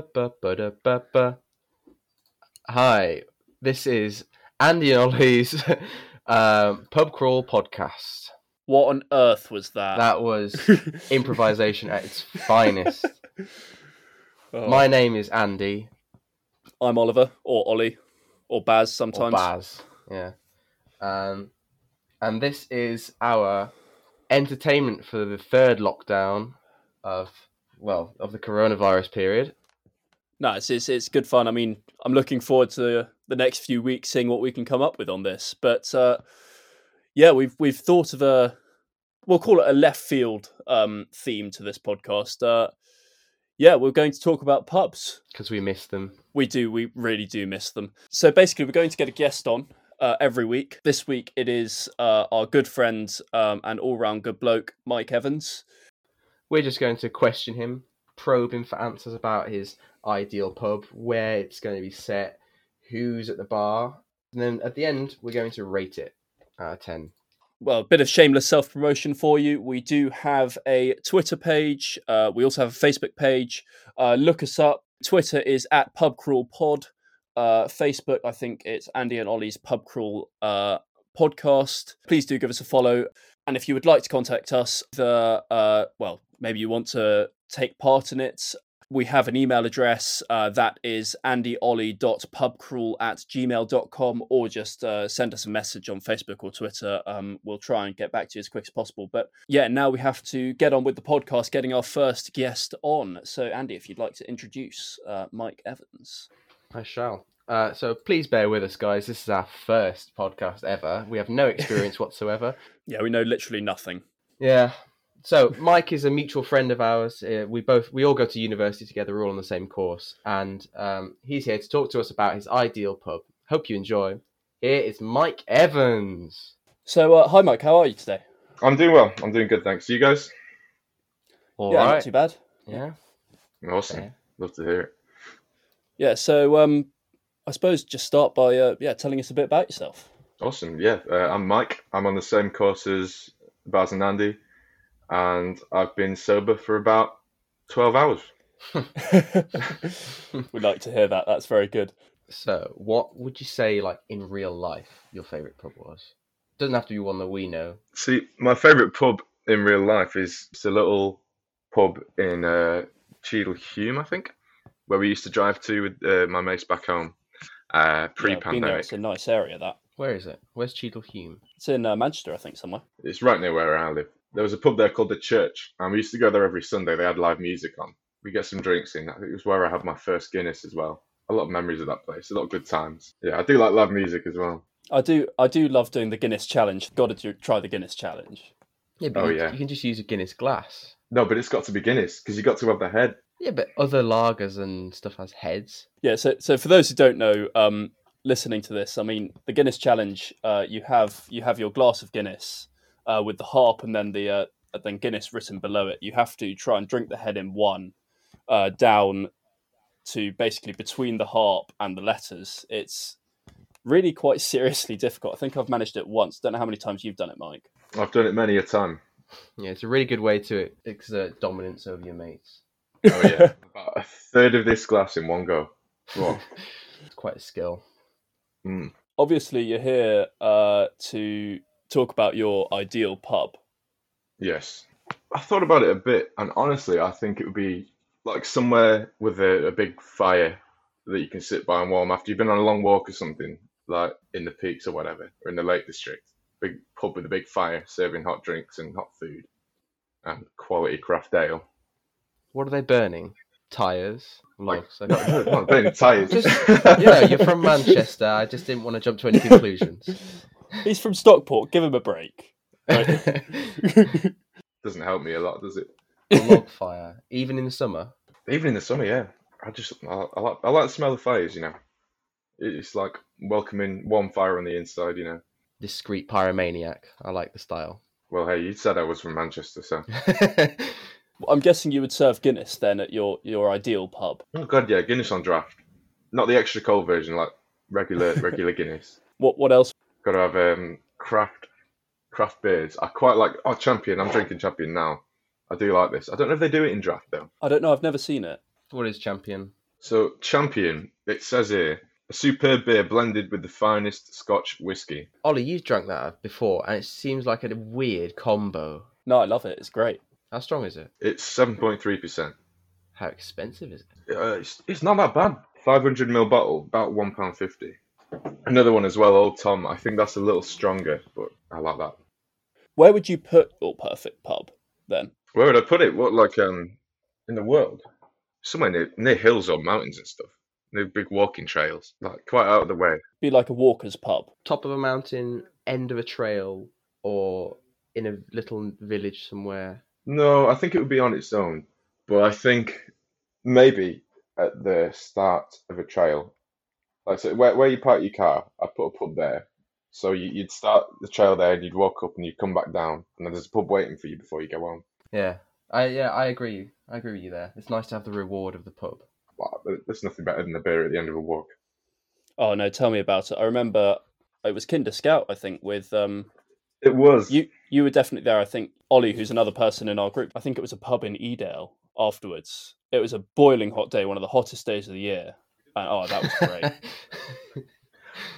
Ba-ba-do-ba-ba-ba-ba-ba-da-ba-ba. Hi, this is Andy and Ollie's um, Pub Crawl podcast. What on earth was that? That was improvisation at its finest. Oh, My name is Andy I'm Oliver or Ollie or Baz or sometimes. Baz. Yeah. Um, and this is our entertainment for the third lockdown of well of the coronavirus period. No, it's, it's it's good fun. I mean, I'm looking forward to the next few weeks seeing what we can come up with on this. But uh, yeah, we've we've thought of a we'll call it a left field um, theme to this podcast. Uh, yeah, we're going to talk about pubs. because we missed them. We do. We really do miss them. So basically, we're going to get a guest on uh, every week. This week, it is uh, our good friend um, and all round good bloke, Mike Evans. We're just going to question him, probe him for answers about his ideal pub, where it's going to be set, who's at the bar, and then at the end we're going to rate it out of ten. Well, a bit of shameless self promotion for you. We do have a Twitter page. Uh, we also have a Facebook page. Uh, look us up. Twitter is at PubCrawlPod. Uh, Facebook, I think it's Andy and Ollie's Pub Crawl uh, podcast. Please do give us a follow. And if you would like to contact us, the uh, well, maybe you want to take part in it. We have an email address uh, that is andyolly.pubcrawl at gmail.com or just uh, send us a message on Facebook or Twitter. Um, we'll try and get back to you as quick as possible. But yeah, now we have to get on with the podcast, getting our first guest on. So, Andy, if you'd like to introduce uh, Mike Evans. I shall. Uh, so please bear with us, guys. This is our first podcast ever. We have no experience whatsoever. Yeah, we know literally nothing. Yeah. So Mike is a mutual friend of ours. Uh, we both we all go to university together. We're all on the same course, and um, he's here to talk to us about his ideal pub. Hope you enjoy. Here is Mike Evans. So, uh, hi, Mike. How are you today? I'm doing well. I'm doing good, thanks. You guys? All yeah, not right. too bad. Yeah. Awesome. Yeah. Love to hear it. Yeah, so um, I suppose just start by uh, yeah telling us a bit about yourself. Awesome. Yeah, uh, I'm Mike. I'm on the same course as Baz and Andy, and I've been sober for about 12 hours. We'd like to hear that. That's very good. So, what would you say, like in real life, your favorite pub was? Doesn't have to be one that we know. See, my favourite pub in real life is it's a little pub in uh, Cheadle Hume, I think, where we used to drive to with uh, my mates back home uh, Yeah, been there, pre-pandemic. it's a nice area. That Where is it? Where's Cheadle Hume? it's in uh, Manchester, I think, somewhere. It's right near where I live. There was a pub there called the Church, and we used to go there every Sunday. They had live music on. We get some drinks in. I think it was where I had my first Guinness as well. A lot of memories of that place. A lot of good times. Yeah, I do like live music as well. I do, I do love doing the Guinness challenge. Got to do, try the Guinness challenge. Yeah, Oh, you, yeah. you can just use a Guinness glass. No, but it's got to be Guinness because you got to have the head. Yeah, but other lagers and stuff has heads. Yeah. So, so for those who don't know, um, listening to this, I mean, the Guinness challenge. Uh, you have you have your glass of Guinness uh, with the harp, and then the uh, then Guinness written below it. You have to try and drink the head in one uh, down to basically between the harp and the letters. It's really quite seriously difficult. I think I've managed it once. Don't know how many times you've done it, Mike. I've done it many a time. Yeah, it's a really good way to exert dominance over your mates. Oh yeah, about a third of this glass in one go. Whoa. It's quite a skill. Mm. Obviously, you're here uh, to talk about your ideal pub. Yes, I thought about it a bit, and honestly, I think it would be like somewhere with a, a big fire that you can sit by and warm after you've been on a long walk or something, like in the peaks or whatever, or in the Lake District. Big pub with a big fire, serving hot drinks and hot food, and quality craft ale. What are they burning? Tires, Like- logs. I No, can't- no, I'm being tired. Just- yeah, you're from Manchester. I just didn't want to jump to any conclusions. He's from Stockport. Give him a break. Right. Doesn't help me a lot, does it? A log fire, even in the summer. Even in the summer, yeah. I just I, I like I like the smell of fires, you know. It's like welcoming warm fire on the inside, you know. Discreet pyromaniac. I like the style. Well, hey, you said I was from Manchester, so. I'm guessing you would serve Guinness then at your your ideal pub. Oh god, yeah, Guinness on draft. Not the extra cold version, like regular regular Guinness. What what else? Got to have um craft craft beers. I quite like oh Champion. I'm drinking Champion now. I do like this. I don't know if they do it in draft though. I don't know. I've never seen it. What is champion? So, champion, it says here, a superb beer blended with the finest Scotch whiskey. Ollie, you've drank that before, and it seems like a weird combo. No, I love it. It's great. How strong is it? It's 7.3%. How expensive is it? Uh, it's, it's not that bad. 500ml bottle, about £1.50. Another one as well, Old Tom. I think that's a little stronger, but I like that. Where would you put your perfect pub then? Where would I put it? What, like, um, in the world? Somewhere near, near hills or mountains and stuff. No big walking trails, like quite out of the way. Be like a walker's pub. Top of a mountain, end of a trail, or in a little village somewhere. No, I think it would be on its own, but I think maybe at the start of a trail, like so where where you park your car, I put a pub there. So you, you'd start the trail there, and you'd walk up, and you'd come back down, and then there's a pub waiting for you before you go home. Yeah, I yeah I agree. I agree with you there. It's nice to have the reward of the pub. Wow, there- there's nothing better than a beer at the end of a walk. Oh no, tell me about it. I remember it was Kinder Scout, I think, with um It was. you you were definitely there, I think. Ollie, who's another person in our group, I think it was a pub in Edale afterwards. It was a boiling hot day, one of the hottest days of the year. And, oh, that was great.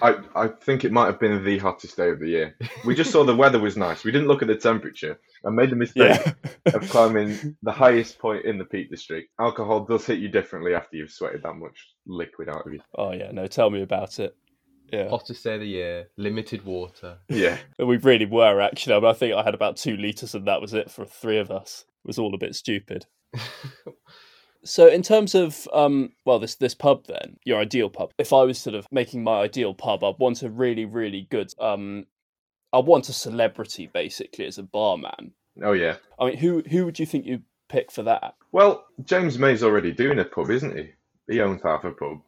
I, I think it might have been the hottest day of the year. We just saw the weather was nice. We didn't look at the temperature. I made the mistake yeah. of climbing the highest point in the Peak District. Alcohol does hit you differently after you've sweated that much liquid out of you. Oh yeah, no, tell me about it. Yeah. Hottest day of the year, limited water. Yeah. We really were actually. I, mean, I think I had about two liters and that was it for three of us. It was all a bit stupid. So in terms of um well this this pub then, your ideal pub. If I was sort of making my ideal pub, I'd want a really, really good um I'd want a celebrity basically as a barman. Oh, yeah. I mean who who would you think you pick for that? Well, James May's already doing a pub, isn't he? He owns half a pub.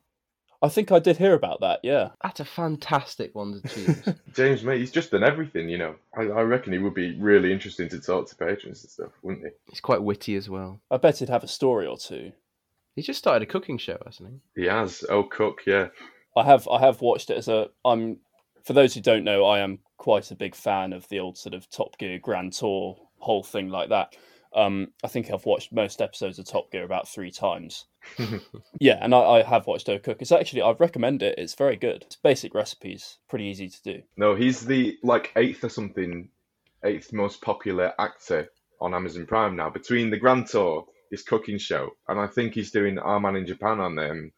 I think I did hear about that, yeah. That's a fantastic one to choose. James May, he's just done everything, you know. I, I reckon he would be really interesting to talk to patrons and stuff, wouldn't he? He's quite witty as well. I bet he'd have a story or two. He just started a cooking show, hasn't he? He has. Oh, Cook, yeah. I have I have watched it as a I'm for those who don't know, I am quite a big fan of the old sort of Top Gear Grand Tour whole thing like that. Um, I think I've watched most episodes of Top Gear about three times. yeah, and I, I have watched O Cook. It's actually I recommend it. It's very good. It's basic recipes, pretty easy to do. No, he's the like eighth or something, eighth most popular actor on Amazon Prime now. Between the Grand Tour, his cooking show, and I think he's doing Our Man in Japan on um,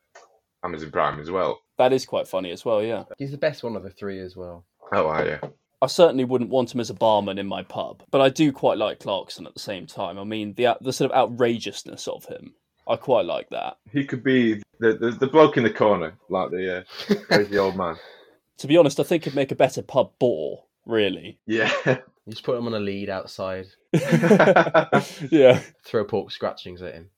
Amazon Prime as well. That is quite funny as well. Yeah, He's the best one of the three as well. Oh, are you? I certainly wouldn't want him as a barman in my pub, but I do quite like Clarkson at the same time. I mean, the out- the sort of outrageousness of him, I quite like that. He could be the, the the bloke in the corner, like the uh, crazy old man. to be honest, I think it'd make a better pub bore, really. Yeah, You just put him on a lead outside, yeah. throw pork scratchings at him.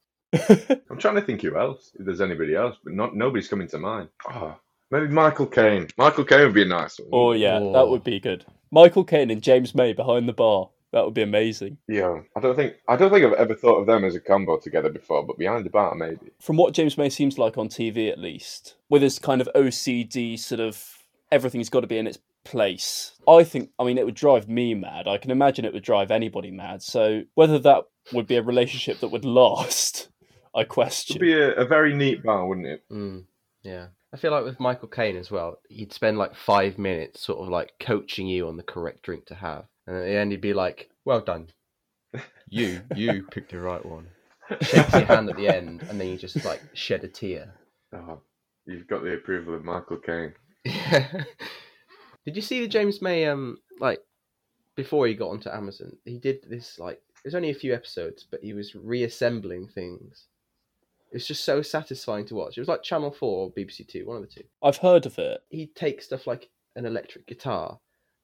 I'm trying to think who else. If there's anybody else, but not nobody's coming to mind. Oh, maybe Michael Caine. Michael Caine would be a nice one. Oh yeah, that would be good. Michael Caine and James May behind the bar. That would be amazing. Yeah, I don't think I don't think I've ever thought of them as a combo together before, but behind the bar maybe. From what James May seems like on TV, at least, with his kind of OCD sort of everything's got to be in its place. I think, I mean, it would drive me mad. I can imagine it would drive anybody mad. So whether that would be a relationship that would last, I It'd question. be a, a very neat bar, wouldn't it? Mm, yeah. I feel like with Michael Caine as well, he'd spend like five minutes sort of like coaching you on the correct drink to have. And at the end, he'd be like, well done. You, you picked the right one. Shakes your hand at the end, and then you just like shed a tear. Oh, you've got the approval of Michael Caine. Yeah. did you see the James May um like before he got onto Amazon? He did this like it was only a few episodes, but he was reassembling things. It was just so satisfying to watch. It was like Channel Four or BBC Two, one of the two. I've heard of it. He takes stuff like an electric guitar,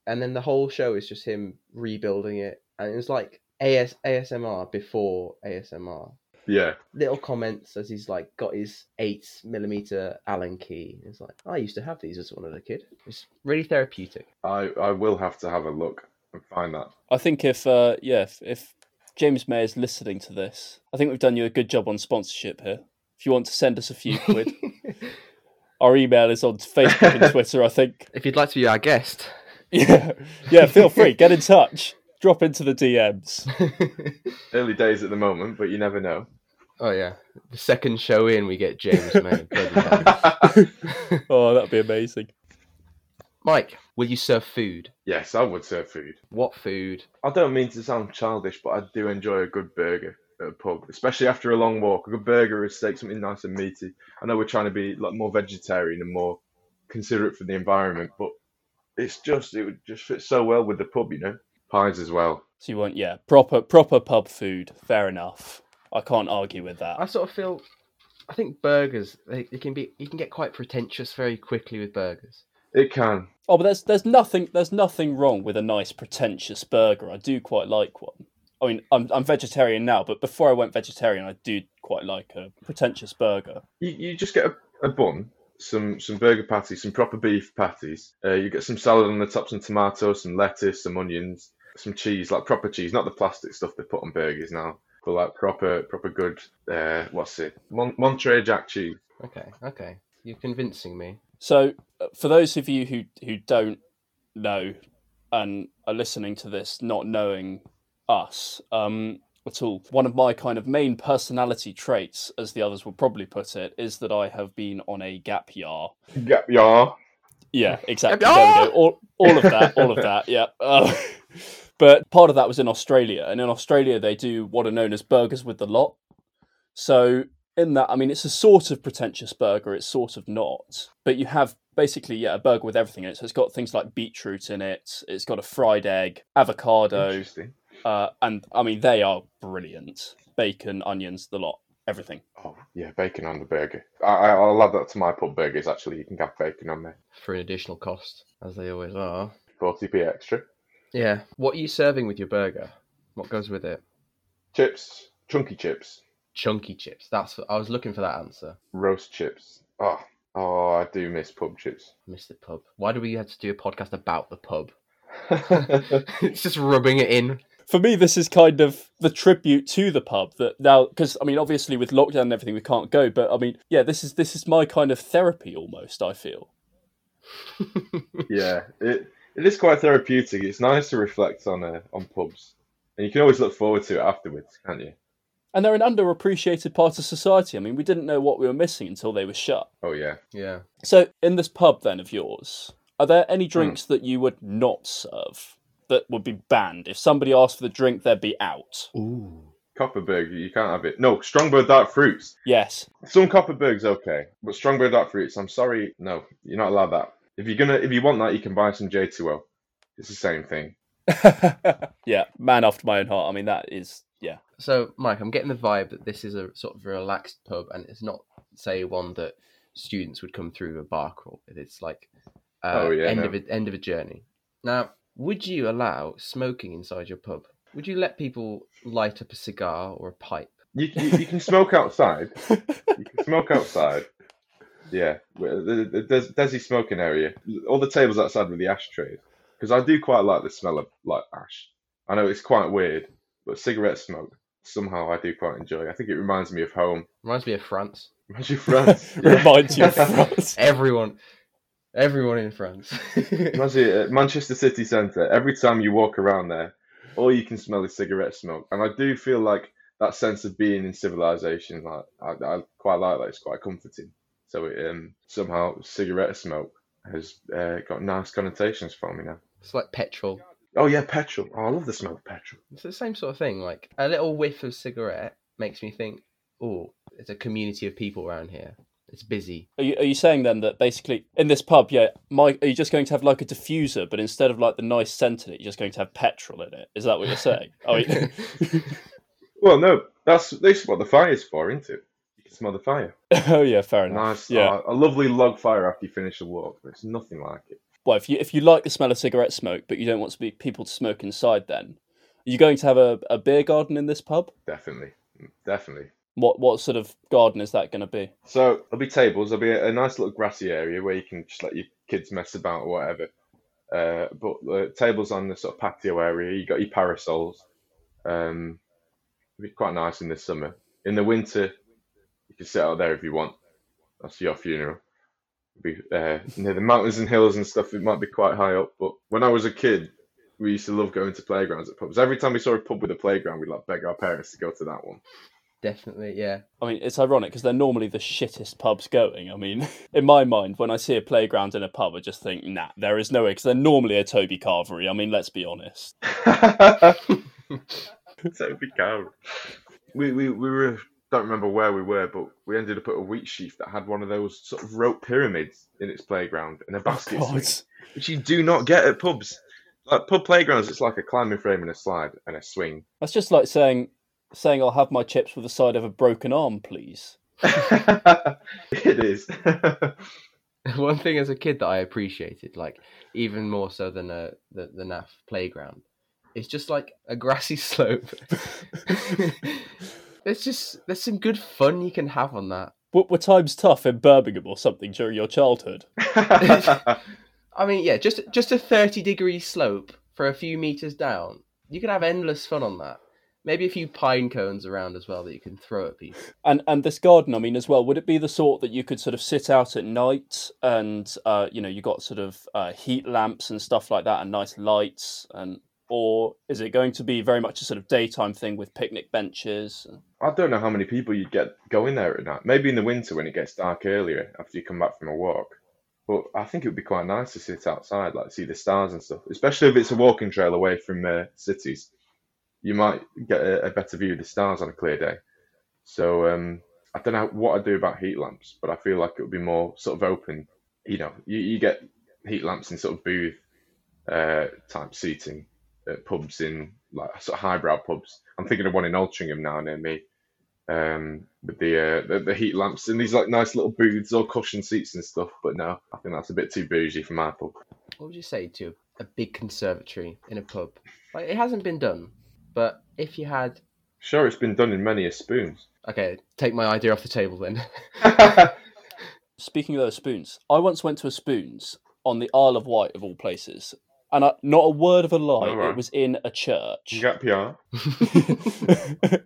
and then the whole show is just him rebuilding it, and it was like AS- ASMR before ASMR. Yeah, Little comments as he's like got his eight millimeter Allen key. It's like I used to have these as one as a kid. It's really therapeutic. I I will have to have a look and find that. I think if uh, yeah, if, if James May is listening to this, I think we've done you a good job on sponsorship here. If you want to send us a few quid, our email is on Facebook and Twitter. I think if you'd like to be our guest, yeah, yeah. Feel free, get in touch, drop into the DMs. oh, Early days at the moment, but you never know. Oh yeah, the second show in, we get James May. Bloody hell. Oh, that'd be amazing. Mike, will you serve food? yes, I would serve food. What food? I don't mean to sound childish, but I do enjoy a good burger at a pub, especially after a long walk. A good burger or a steak, something nice and meaty. I know we're trying to be like more vegetarian and more considerate for the environment, but it's just it would just fit so well with the pub, you know. Pies as well. So you want yeah proper proper pub food. Fair enough. I can't argue with that. I sort of feel, I think burgers. They, they can be. You can get quite pretentious very quickly with burgers. It can. Oh, but there's there's nothing there's nothing wrong with a nice pretentious burger. I do quite like one. I mean, I'm I'm vegetarian now, but before I went vegetarian, I do quite like a pretentious burger. You, you just get a, a bun, some some burger patties, some proper beef patties. Uh, you get some salad on the top, some tomatoes, some lettuce, some onions, some cheese, like proper cheese, not the plastic stuff they put on burgers now, but like proper proper good. Uh, what's it? Mon- Monterey Jack cheese. Okay, okay, you're convincing me. So, uh, for those of you who who don't know and are listening to this not knowing us um, at all, one of my kind of main personality traits, as the others will probably put it, is that I have been on a gap year. Yeah, yeah. Yeah, exactly. Gap There year! we go. All, all of that, all of that. Yeah. Uh, but part of that was in Australia, and in Australia they do what are known as burgers with the lot. So in that, I mean, it's a sort of pretentious burger. It's sort of not, but you have basically yeah a burger with everything in it. So it's got things like beetroot in it. It's got a fried egg, avocado, Interesting. uh, and I mean they are brilliant. Bacon, onions, the lot, everything. Oh yeah, bacon on the burger. I, I, I'll add that to my pub burgers. Actually, you can have bacon on there. For an additional cost, as they always are. Forty p extra. Yeah. What are you serving with your burger? What goes with it? Chips, chunky chips, Chunky chips. That's. I was looking for that answer. roast chips. Oh, oh, I do miss pub chips. Missed the pub. Why do we have to do a podcast about the pub? it's just rubbing it in. for me, this is kind of the tribute to the pub that now, because I mean, obviously with lockdown and everything, we can't go. But I mean, yeah, this is this is my kind of therapy almost. I feel. yeah, it it is quite therapeutic. It's nice to reflect on uh, on pubs, and you can always look forward to it afterwards, can't you? And they're an underappreciated part of society. I mean, we didn't know what we were missing until they were shut. Oh yeah. Yeah. So, in this pub then of yours, are there any drinks that you would not serve that would be banned? If somebody asked for the drink, they'd be out. Ooh. Copperberg, you can't have it. No, Strongbow dark fruits. Yes. Some Copperberg's okay, but Strongbow dark fruits. I'm sorry, no, you're not allowed that. If you're gonna, if you want that, you can buy some J2O. It's the same thing. yeah, man after my own heart. I mean, that is yeah. So, Mike, I'm getting the vibe that this is a sort of relaxed pub, and it's not, say, one that students would come through a bar crawl. with. It's like uh, Oh, yeah, end no. of a, end of a journey. Now, would you allow smoking inside your pub? Would you let people light up a cigar or a pipe? You you, you can smoke outside. You can smoke outside. Yeah, well, the- the- there's there's a smoking area. All the tables outside with the ashtrays. Because I do quite like the smell of like ash. I know it's quite weird, but cigarette smoke somehow I do quite enjoy. I think it reminds me of home. Reminds me of France. Reminds you of France. Yeah. Reminds you of France. Everyone, everyone in France. Reminds you of uh, Manchester City Centre. Every time you walk around there, all you can smell is cigarette smoke. And I do feel like that sense of being in civilization. Like I, I quite like that. It's quite comforting. So it, um, somehow cigarette smoke has uh, got nice connotations for me now. it's like petrol. Oh yeah, petrol. Oh, I love the smell of petrol. It's the same sort of thing. Like a little whiff of cigarette makes me think, oh, there's a community of people around here. It's busy. Are you, are you saying then that basically in this pub, yeah, Mike, are you just going to have like a diffuser, but instead of like the nice scent in it, you're just going to have petrol in it? Is that what you're saying? Oh, I mean, Well, no, that's that's what the fire's for, isn't it? You can smell the fire. oh yeah, fair enough. Nice, Yeah. oh, a lovely log fire after you finish the walk. There's nothing like it. Well, if you if you like the smell of cigarette smoke, but you don't want to be people to smoke inside, then are you going to have a, a beer garden in this pub? Definitely, definitely. What what sort of garden is that going to be? So there'll be tables. There'll be a, a nice little grassy area where you can just let your kids mess about or whatever. Uh, but the tables on the sort of patio area, you got your parasols. Um, it'd be quite nice in the summer. In the winter, you can sit out there if you want. That's your funeral. Be, uh, near the mountains and hills and stuff. It might be quite high up, but when I was a kid, we used to love going to playgrounds at pubs. Every time we saw a pub with a playground, we'd like beg our parents to go to that one. definitely. Yeah, I mean, it's ironic because they're normally the shittest pubs going. I mean, in my mind, when I see a playground in a pub, I just think, nah, there is no way because they're normally a Toby Carvery. I mean, let's be honest. Toby Carvery. We, we, we were, don't remember where we were, but we ended up at a wheat sheaf that had one of those sort of rope pyramids in its playground and a basket, swing, Oh, God. which you do not get at pubs. Like pub playgrounds, it's like a climbing frame and a slide and a swing. That's just like saying, saying I'll have my chips with the side of a broken arm, please. it is. one thing as a kid that I appreciated, like even more so than a the, the NAF playground, is just like a grassy slope. there's just there's some good fun you can have on that. What were times tough in Birmingham or something during your childhood? I mean, yeah, just just a thirty degree slope for a few meters down. You could have endless fun on that. Maybe a few pine cones around as well that you can throw at people. And and this garden, I mean, as well, would it be the sort that you could sort of sit out at night and uh, you know you got sort of uh, heat lamps and stuff like that and nice lights and or is it going to be very much a sort of daytime thing with picnic benches? I don't know how many people you'd get going there at night. Maybe in the winter when it gets dark earlier after you come back from a walk. But I think it would be quite nice to sit outside, like see the stars and stuff, especially if it's a walking trail away from uh, cities. You might get a, a better view of the stars on a clear day. So um, I don't know what I'd do about heat lamps, but I feel like it would be more sort of open. You know, you, you get heat lamps in sort of booth uh, type seating at pubs in like sort of highbrow pubs. I'm thinking of one in Altrincham now near me, um, with the, uh, the the heat lamps and these like nice little booths or cushion seats and stuff. But no, I think that's a bit too bougie for my pub. What would you say to a big conservatory in a pub? Like it hasn't been done, but if you had, Sure, it's been done in many a spoons. okay, take my idea off the table then. Speaking of those spoons, I once went to a spoons on the Isle of Wight of all places, and I, not a word of a lie, All right. it was in a church. Gap PR.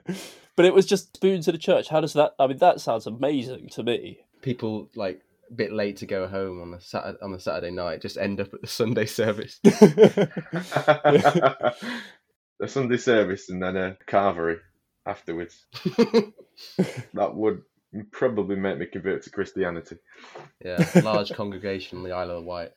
but it was just spoons in a church. How does that? I mean, that sounds amazing to me. People like a bit late to go home on the Saturday, on the Saturday night just end up at the Sunday service. the Sunday service and then a carvery afterwards. That would probably make me convert to Christianity. yeah, large congregation on the Isle of Wight.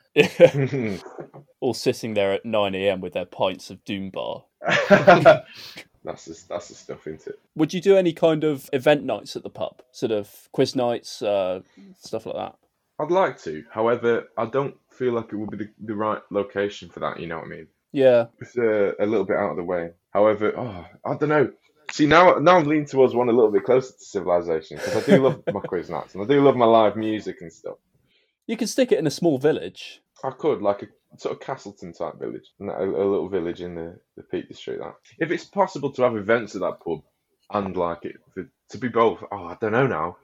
all sitting there at 9 a.m. with their pints of Doom Bar. that's the, that's the stuff, isn't it? Would you do any kind of event nights at the pub, sort of quiz nights, uh, stuff like that? I'd like to. However, I don't feel like it would be the, the right location for that. You know what I mean? Yeah, It's uh, a little bit out of the way. However, oh, I don't know. See, now now I'm leaning towards one a little bit closer to civilization because I do love my quiz nights and I do love my live music and stuff. you could stick it in a small village. I could like a sort of Castleton type village, and a, a little village in the the Peak District. That if it's possible to have events at that pub and like it for, to be both. Oh, I don't know now.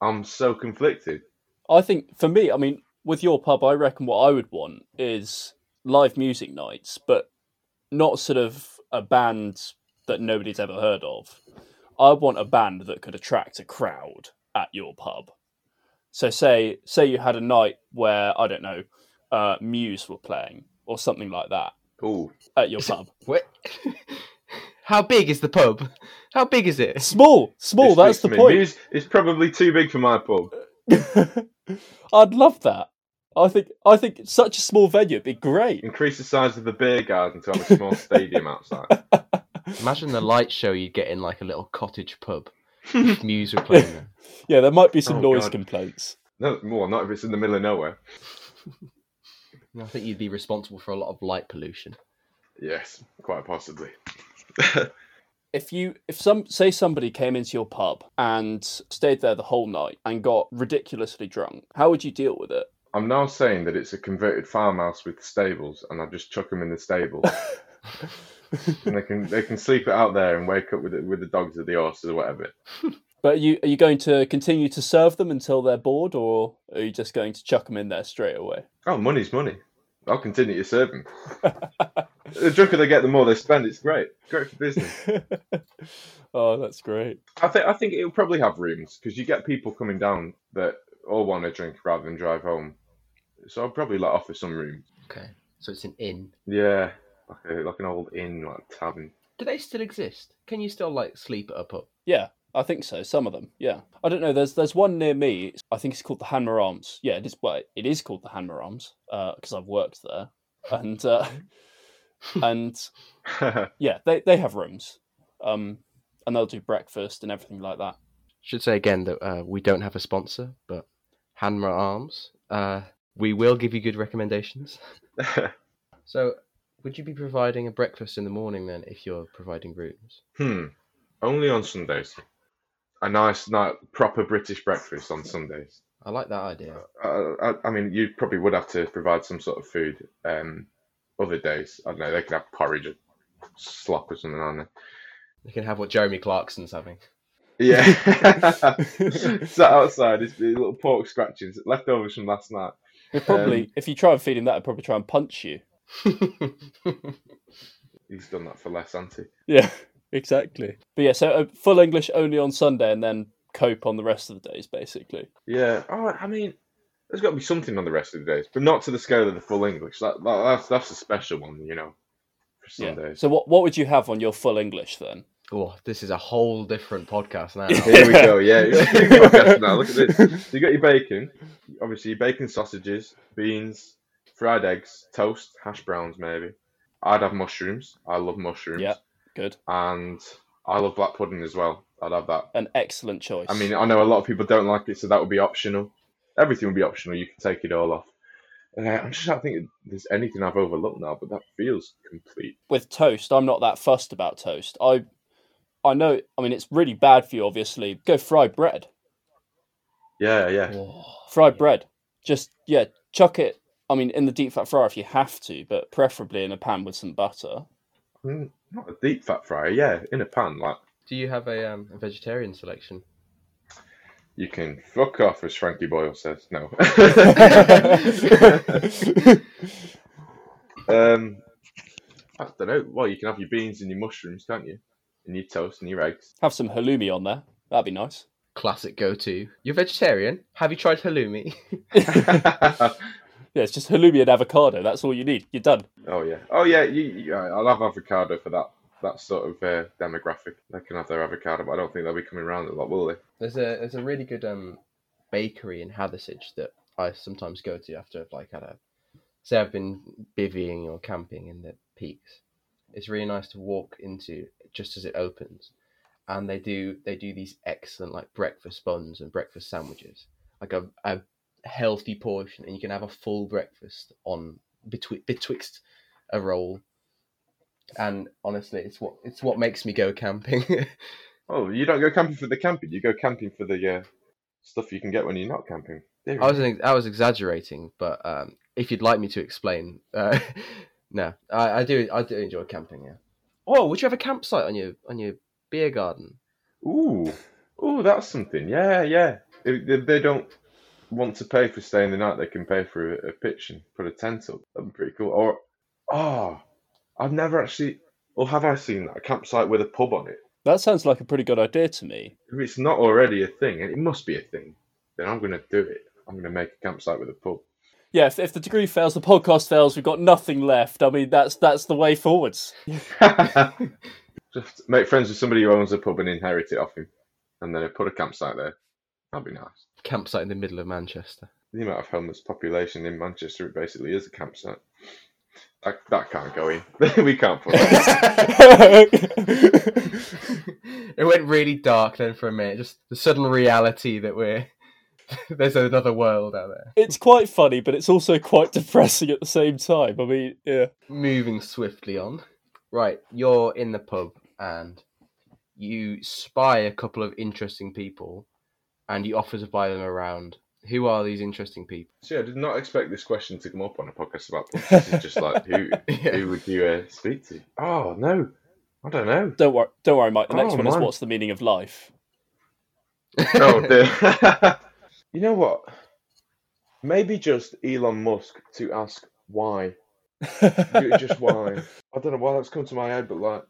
I'm so conflicted. I think for me, I mean, with your pub, I reckon what I would want is live music nights, but not sort of a band that nobody's ever heard of. I want a band that could attract a crowd at your pub. So say say you had a night where I don't know, uh, Muse were playing or something like that Oh, at your pub. What? How big is the pub? How big is it? Small, small. that's the point. It's, it's probably too big for my pub. I'd love that. I think I think such a small venue would be great. Increase the size of the beer garden to have a small stadium outside. Imagine the light show you'd get in like a little cottage pub. if Muse were playing there. Yeah, there might be some Oh, noise God. complaints. No, well, not if it's in the middle of nowhere. And I think you'd be responsible for a lot of light pollution. Yes, quite possibly. If you if some say somebody came into your pub and stayed there the whole night and got ridiculously drunk, how would you deal with it? I'm now saying that it's a converted farmhouse with stables, and I just chuck them in the stables, and they can they can sleep it out there and wake up with the, with the dogs or the horses or whatever. But are you are you going to continue to serve them until they're bored, or are you just going to chuck them in there straight away? Oh, money's money. I'll continue to serve them. the drunker they get, the more they spend. It's great, great for business. oh, that's great. I think I think it'll probably have rooms because you get people coming down that all want to drink rather than drive home. So I'll probably like offer some room. Okay. So it's an inn. Yeah, like a, like an old inn, like tavern. Do they still exist? Can you still like sleep at a pub? Yeah, I think so. Some of them, yeah. I don't know. There's there's one near me. I think it's called the Hanmer Arms. Yeah, it is. Well, it is called the Hanmer Arms because I've worked there, and uh, and yeah, they they have rooms, um, and they'll do breakfast and everything like that. Should say again that uh, we don't have a sponsor, but Hanmer Arms, uh, we will give you good recommendations. So, would you be providing a breakfast in the morning then if you're providing rooms? hmm. Only on Sundays. A nice, nice, proper British breakfast on Sundays. I like that idea. Uh, I, I mean, you probably would have to provide some sort of food. Um, other days, I don't know, they could have porridge or slop or something on it. You can have what Jeremy Clarkson's having. Yeah, sat outside, his his little pork scratchings, leftovers from last night. They probably, if you try and feed him that, they'll probably try and punch you. He's done that for less, hasn't he? Yeah, exactly. But yeah, so uh, full English only on Sunday, and then cope on the rest of the days, basically. Yeah. Oh, I mean, there's got to be something on the rest of the days, but not to the scale of the full English. That, that that's that's a special one, you know, for Yeah. Sundays. So what what would you have on your full English then? Oh, this is a whole different podcast now. Yeah. Here we go. Yeah. Podcast now. Look at this. So you got your bacon, obviously your bacon sausages, beans, fried eggs, toast, hash browns, maybe. I'd have mushrooms. I love mushrooms. Yeah. Good, And I love black pudding as well. I'd have that. an excellent choice. I mean, uh, I know a lot of people don't like it, so that would be optional. Everything would be optional. You can take it all off. Uh, I'm just trying to think if there's anything I've overlooked now, but that feels complete. with toast, I'm not that fussed about toast. I I know. I mean, it's really bad for you, obviously. Go fry bread. Yeah, yeah. Oh, Fried yeah. bread. Just yeah, chuck it. I mean, in the deep fat fryer if you have to, but preferably in a pan with some butter. Mm, Not a deep fat fryer. Yeah, in a pan. Like Do you have a, um, a vegetarian selection? you can fuck off, as Frankie Boyle says. No. um, I don't know. Well, you can have your beans and your mushrooms, can't you? And your toast and your eggs. have some halloumi on there. That'd be nice. Classic go to. You're vegetarian? Have you tried halloumi? Yeah, it's just halloumi and avocado. That's all you need. You're done. Oh yeah. Oh yeah. You, you, I I love avocado for that that sort of uh, demographic. They can have their avocado, but I don't think they'll be coming around a lot, will they? There's a there's a really good um bakery in Hathersage that I sometimes go to after I've like had a say I've been bivvying or camping in the peaks. It's really nice to walk into just as it opens, and they do they do these excellent like breakfast buns and breakfast sandwiches, like a, a healthy portion, and you can have a full breakfast on betwi- betwixt a roll. And honestly, it's what it's what makes me go camping. Oh, you don't go camping for the camping. You go camping for the uh, stuff you can get when you're not camping. There I was ex- I was exaggerating, but um, if you'd like me to explain, uh, no, I, I do I do enjoy camping. Yeah. Oh, would you have a campsite on your on your beer garden? Ooh, ooh, that's something. Yeah, yeah. If, if they don't want to pay for staying the night, they can pay for a, a pitch and put a tent up. That'd be pretty cool. Or, oh, I've never actually, or have I seen that? A campsite with a pub on it. That sounds like a pretty good idea to me. If it's not already a thing, and it must be a thing, then I'm going to do it. I'm going to make a campsite with a pub. Yeah, if, if the degree fails, the podcast fails. We've got nothing left. I mean, that's that's the way forwards. Just make friends with somebody who owns a pub and inherit it off him, and then I put a campsite there. That'd be nice. Campsite in the middle of Manchester. The amount of homeless population in Manchester, it basically is a campsite. That, that can't go in. we can't put that. it went really dark then for a minute. Just the sudden reality that we're there's another world out there. it's quite funny, but it's also quite depressing at the same time. I mean, yeah. moving swiftly on. Right, you're in the pub and you spy a couple of interesting people and you offer to buy them around. Who are these interesting people? so yeah, I did not expect this question to come up on a podcast about pubs. This is just like who who would you uh, speak to? Oh no, I don't know. Don't worry, don't worry, Mike. The next Oh, one is man. what's the meaning of life? Oh dear. you know what? Maybe just Elon Musk to ask why. Ju- just why? I don't know why that's come to my head, but like,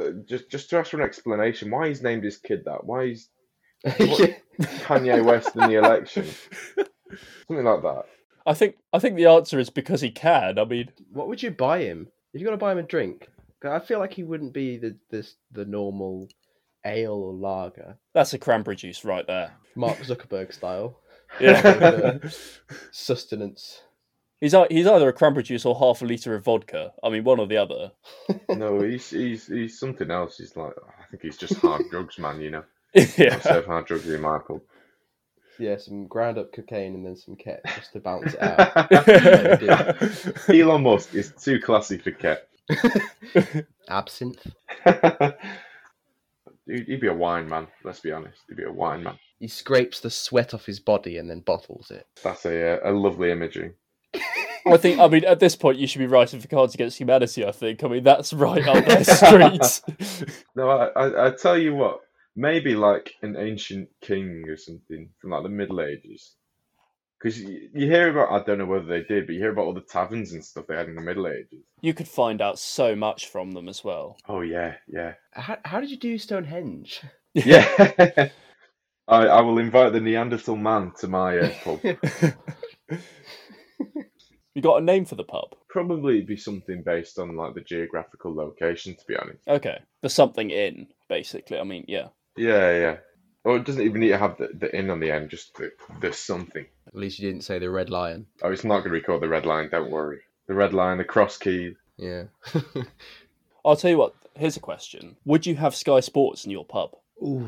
uh, just just to ask for an explanation why he's named his kid that. Why he's Kanye West in the election? Something like that. I think I think the answer is because he can. I mean, what would you buy him? If you got to buy him a drink, 'Cause I feel like he wouldn't be the this the normal ale or lager, That's a cranberry juice right there. Mark Zuckerberg style Yeah. sustenance. he's ei- he's either a cranberry juice or half a liter of vodka. I mean, one or the other. No, he's he's he's something else. He's like I think he's just hard drugs, man. You know, I yeah. serve hard drugs in my pub. Yeah, some ground up cocaine and then some ket just to balance it out. Elon Musk is too classy for Ket. Absinthe. He'd he'd be a wine man. Let's be honest. He'd be a wine man. He scrapes the sweat off his body and then bottles it. That's a uh, a lovely imagery. I think. I mean, at this point, you should be writing for Cards Against Humanity. I think. I mean, that's right up their street. No, I, I I tell you what. Maybe like an ancient king or something from like the Middle Ages. Because you, you hear about, I don't know whether they did, but you hear about all the taverns and stuff they had in the Middle Ages. you could find out so much from them as well. Oh, yeah, yeah. How, how did you do Stonehenge? Yeah. I, I will invite the Neanderthal man to my uh, pub. You got a name for the pub? Probably be something based on like the geographical location, to be honest. Okay, the something in basically. I mean, yeah. Yeah, yeah. Or it doesn't even need to have the, the inn on the end, just the, the something. At least you didn't say the Red Lion. Oh, it's not going to be called the red line, don't worry. The red line, the cross key. Yeah. I'll tell you what. Here's a question: Would you have Sky Sports in your pub? Ooh.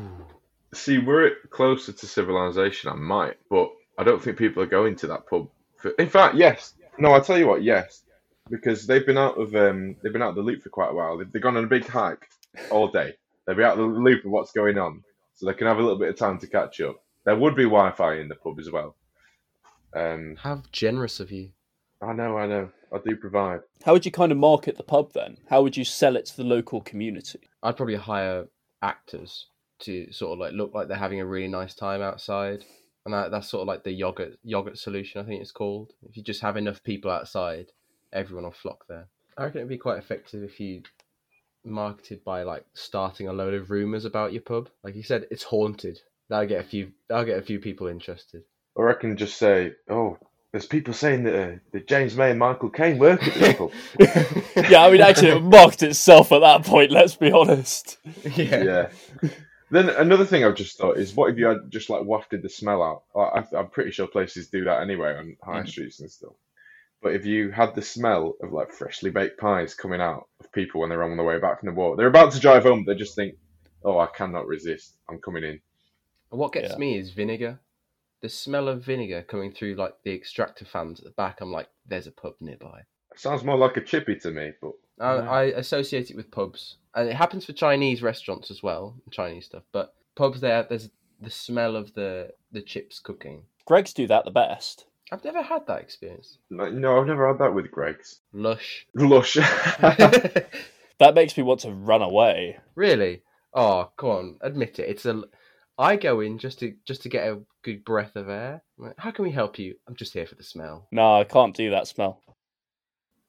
See, we're it closer to civilization, I might, but I don't think people are going to that pub. For... In fact, yes. No, I tell you what, yes. Because they've been out of um, they've been out of the loop for quite a while. They've, they've gone on a big hike all day. They'll be out of the loop of what's going on, so they can have a little bit of time to catch up. There would be Wi-Fi in the pub as well. Um, How generous of you. I know, I know, I do provide. How would you kind of market the pub then? How would you sell it to the local community? I'd probably hire actors to sort of like look like they're having a really nice time outside. And that, that's sort of like the yogurt yogurt solution, I think it's called. If you just have enough people outside, everyone will flock there. I reckon it'd be quite effective if you marketed by like starting a load of rumors about your pub. Like you said, it's haunted. That'll get a few. That'll get a few people interested. Or I can just say, oh, there's people saying that, uh, that James May and Michael Caine work at the pub. yeah, I mean, actually, it marked itself at that point. Let's be honest. yeah. yeah. Then another thing I've just thought is, what if you had just like wafted the smell out? Like, I, I'm pretty sure places do that anyway on high streets and stuff. But if you had the smell of like freshly baked pies coming out of people when they're on the way back from the walk, they're about to drive home, they just think, "Oh, I cannot resist. I'm coming in." And what gets Yeah. me is vinegar. The smell of vinegar coming through like the extractor fans at the back. I'm like, there's a pub nearby. Sounds more like a chippy to me, but I, Wow. I associate it with pubs, and it happens for Chinese restaurants as well, Chinese stuff. But pubs, there, there's the smell of the the chips cooking. Greg's do that the best. I've never had that experience. like, no, I've never had that with Greg's. Lush, Lush. That makes me want to run away. really? Oh, come on, admit it. It's a. I go in just to just to get a good breath of air. I'm like, How can we help you? I'm just here for the smell. No, I can't do that smell.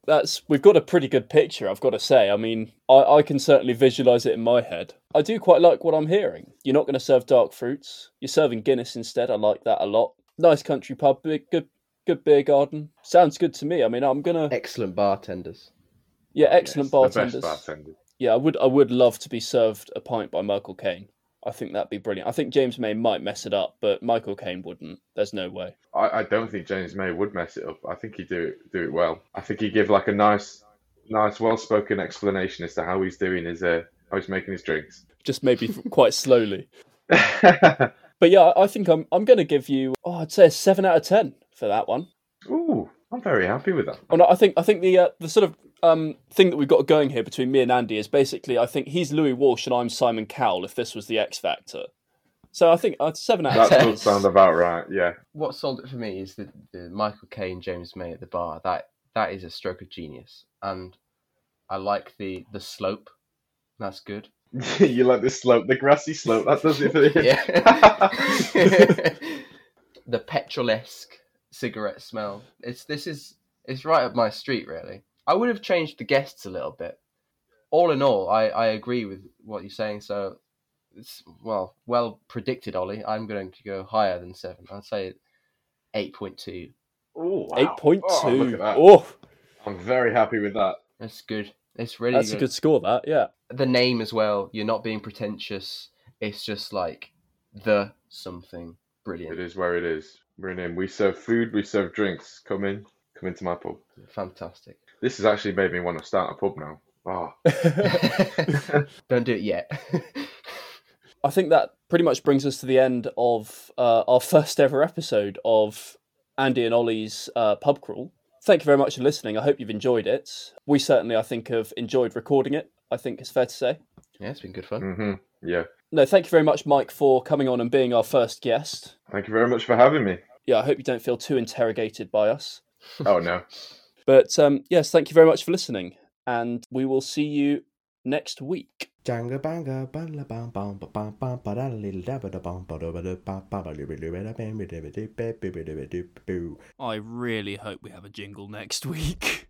That's we've got a pretty good picture, I've got to say. I mean, I, I can certainly visualize it in my head. I do quite like what I'm hearing. You're not going to serve dark fruits. You're serving Guinness instead. I like that a lot. Nice country pub, big, good, good beer garden. Sounds good to me. I mean, I'm gonna Excellent bartenders. yeah, excellent Yes, the bartenders. best bartender. Yeah, I would I would love to be served a pint by Michael Caine. I think that'd be brilliant. I think James May might mess it up, but Michael Caine wouldn't. There's no way. I, I don't think James May would mess it up. I think he'd do it, do it well. I think he'd give like a nice, nice, well spoken explanation as to how he's doing his uh, how he's making his drinks. Just maybe quite slowly. Ooh, But yeah, I think I'm I'm going to give you oh, I'd say a seven out of ten for that one. I'm very happy with that. Oh no, I think I think the uh, the sort of um, thing that we've got going here between me and Andy is basically I think he's Louis Walsh and I'm Simon Cowell if this was the X Factor. So I think uh, seven out of That ten. does sound about right. Yeah, What sold it for me is the, the Michael Caine, James May at the bar. That that is a stroke of genius, and I like the the slope. That's good. you like the slope, the grassy slope. That does it for you. Yeah. the petrol-esque cigarette smell. It's this is it's right up my street, really. I would have changed the guests a little bit. All in all, I, I agree with what you're saying. So it's well well predicted, Ollie. I'm going to go higher than seven. I'd say eight point two. Ooh, wow. Eight point two. Oh, look at that. Oh, I'm very happy with that. That's good. It's really that's a good. good score. That yeah. The name as well. You're not being pretentious. It's just like the something brilliant. It is where it is. We're in. We serve food. We serve drinks. Come in. Come into my pub. Fantastic. This has actually made me want to start a pub now. Oh, Don't do it yet. I think that pretty much brings us to the end of uh, our first ever episode of Andy and Ollie's uh, pub crawl. Thank you very much for listening. I hope you've enjoyed it. We certainly, I think, have enjoyed recording it. I think it's fair to say. yeah, it's been good fun. hmm yeah. No, thank you very much, Mike, for coming on and being our first guest. Thank you very much for having me. Yeah, I hope you don't feel too interrogated by us. Oh no. But um, yes, thank you very much for listening, and we will see you next week. Janga banga bala bam bam ba bam bam ba da li da ba da bam ba da ba da ba ba ba li bi li bi da bam bi da bi di bi bi bi di bi di boo. I really hope we have a jingle next week.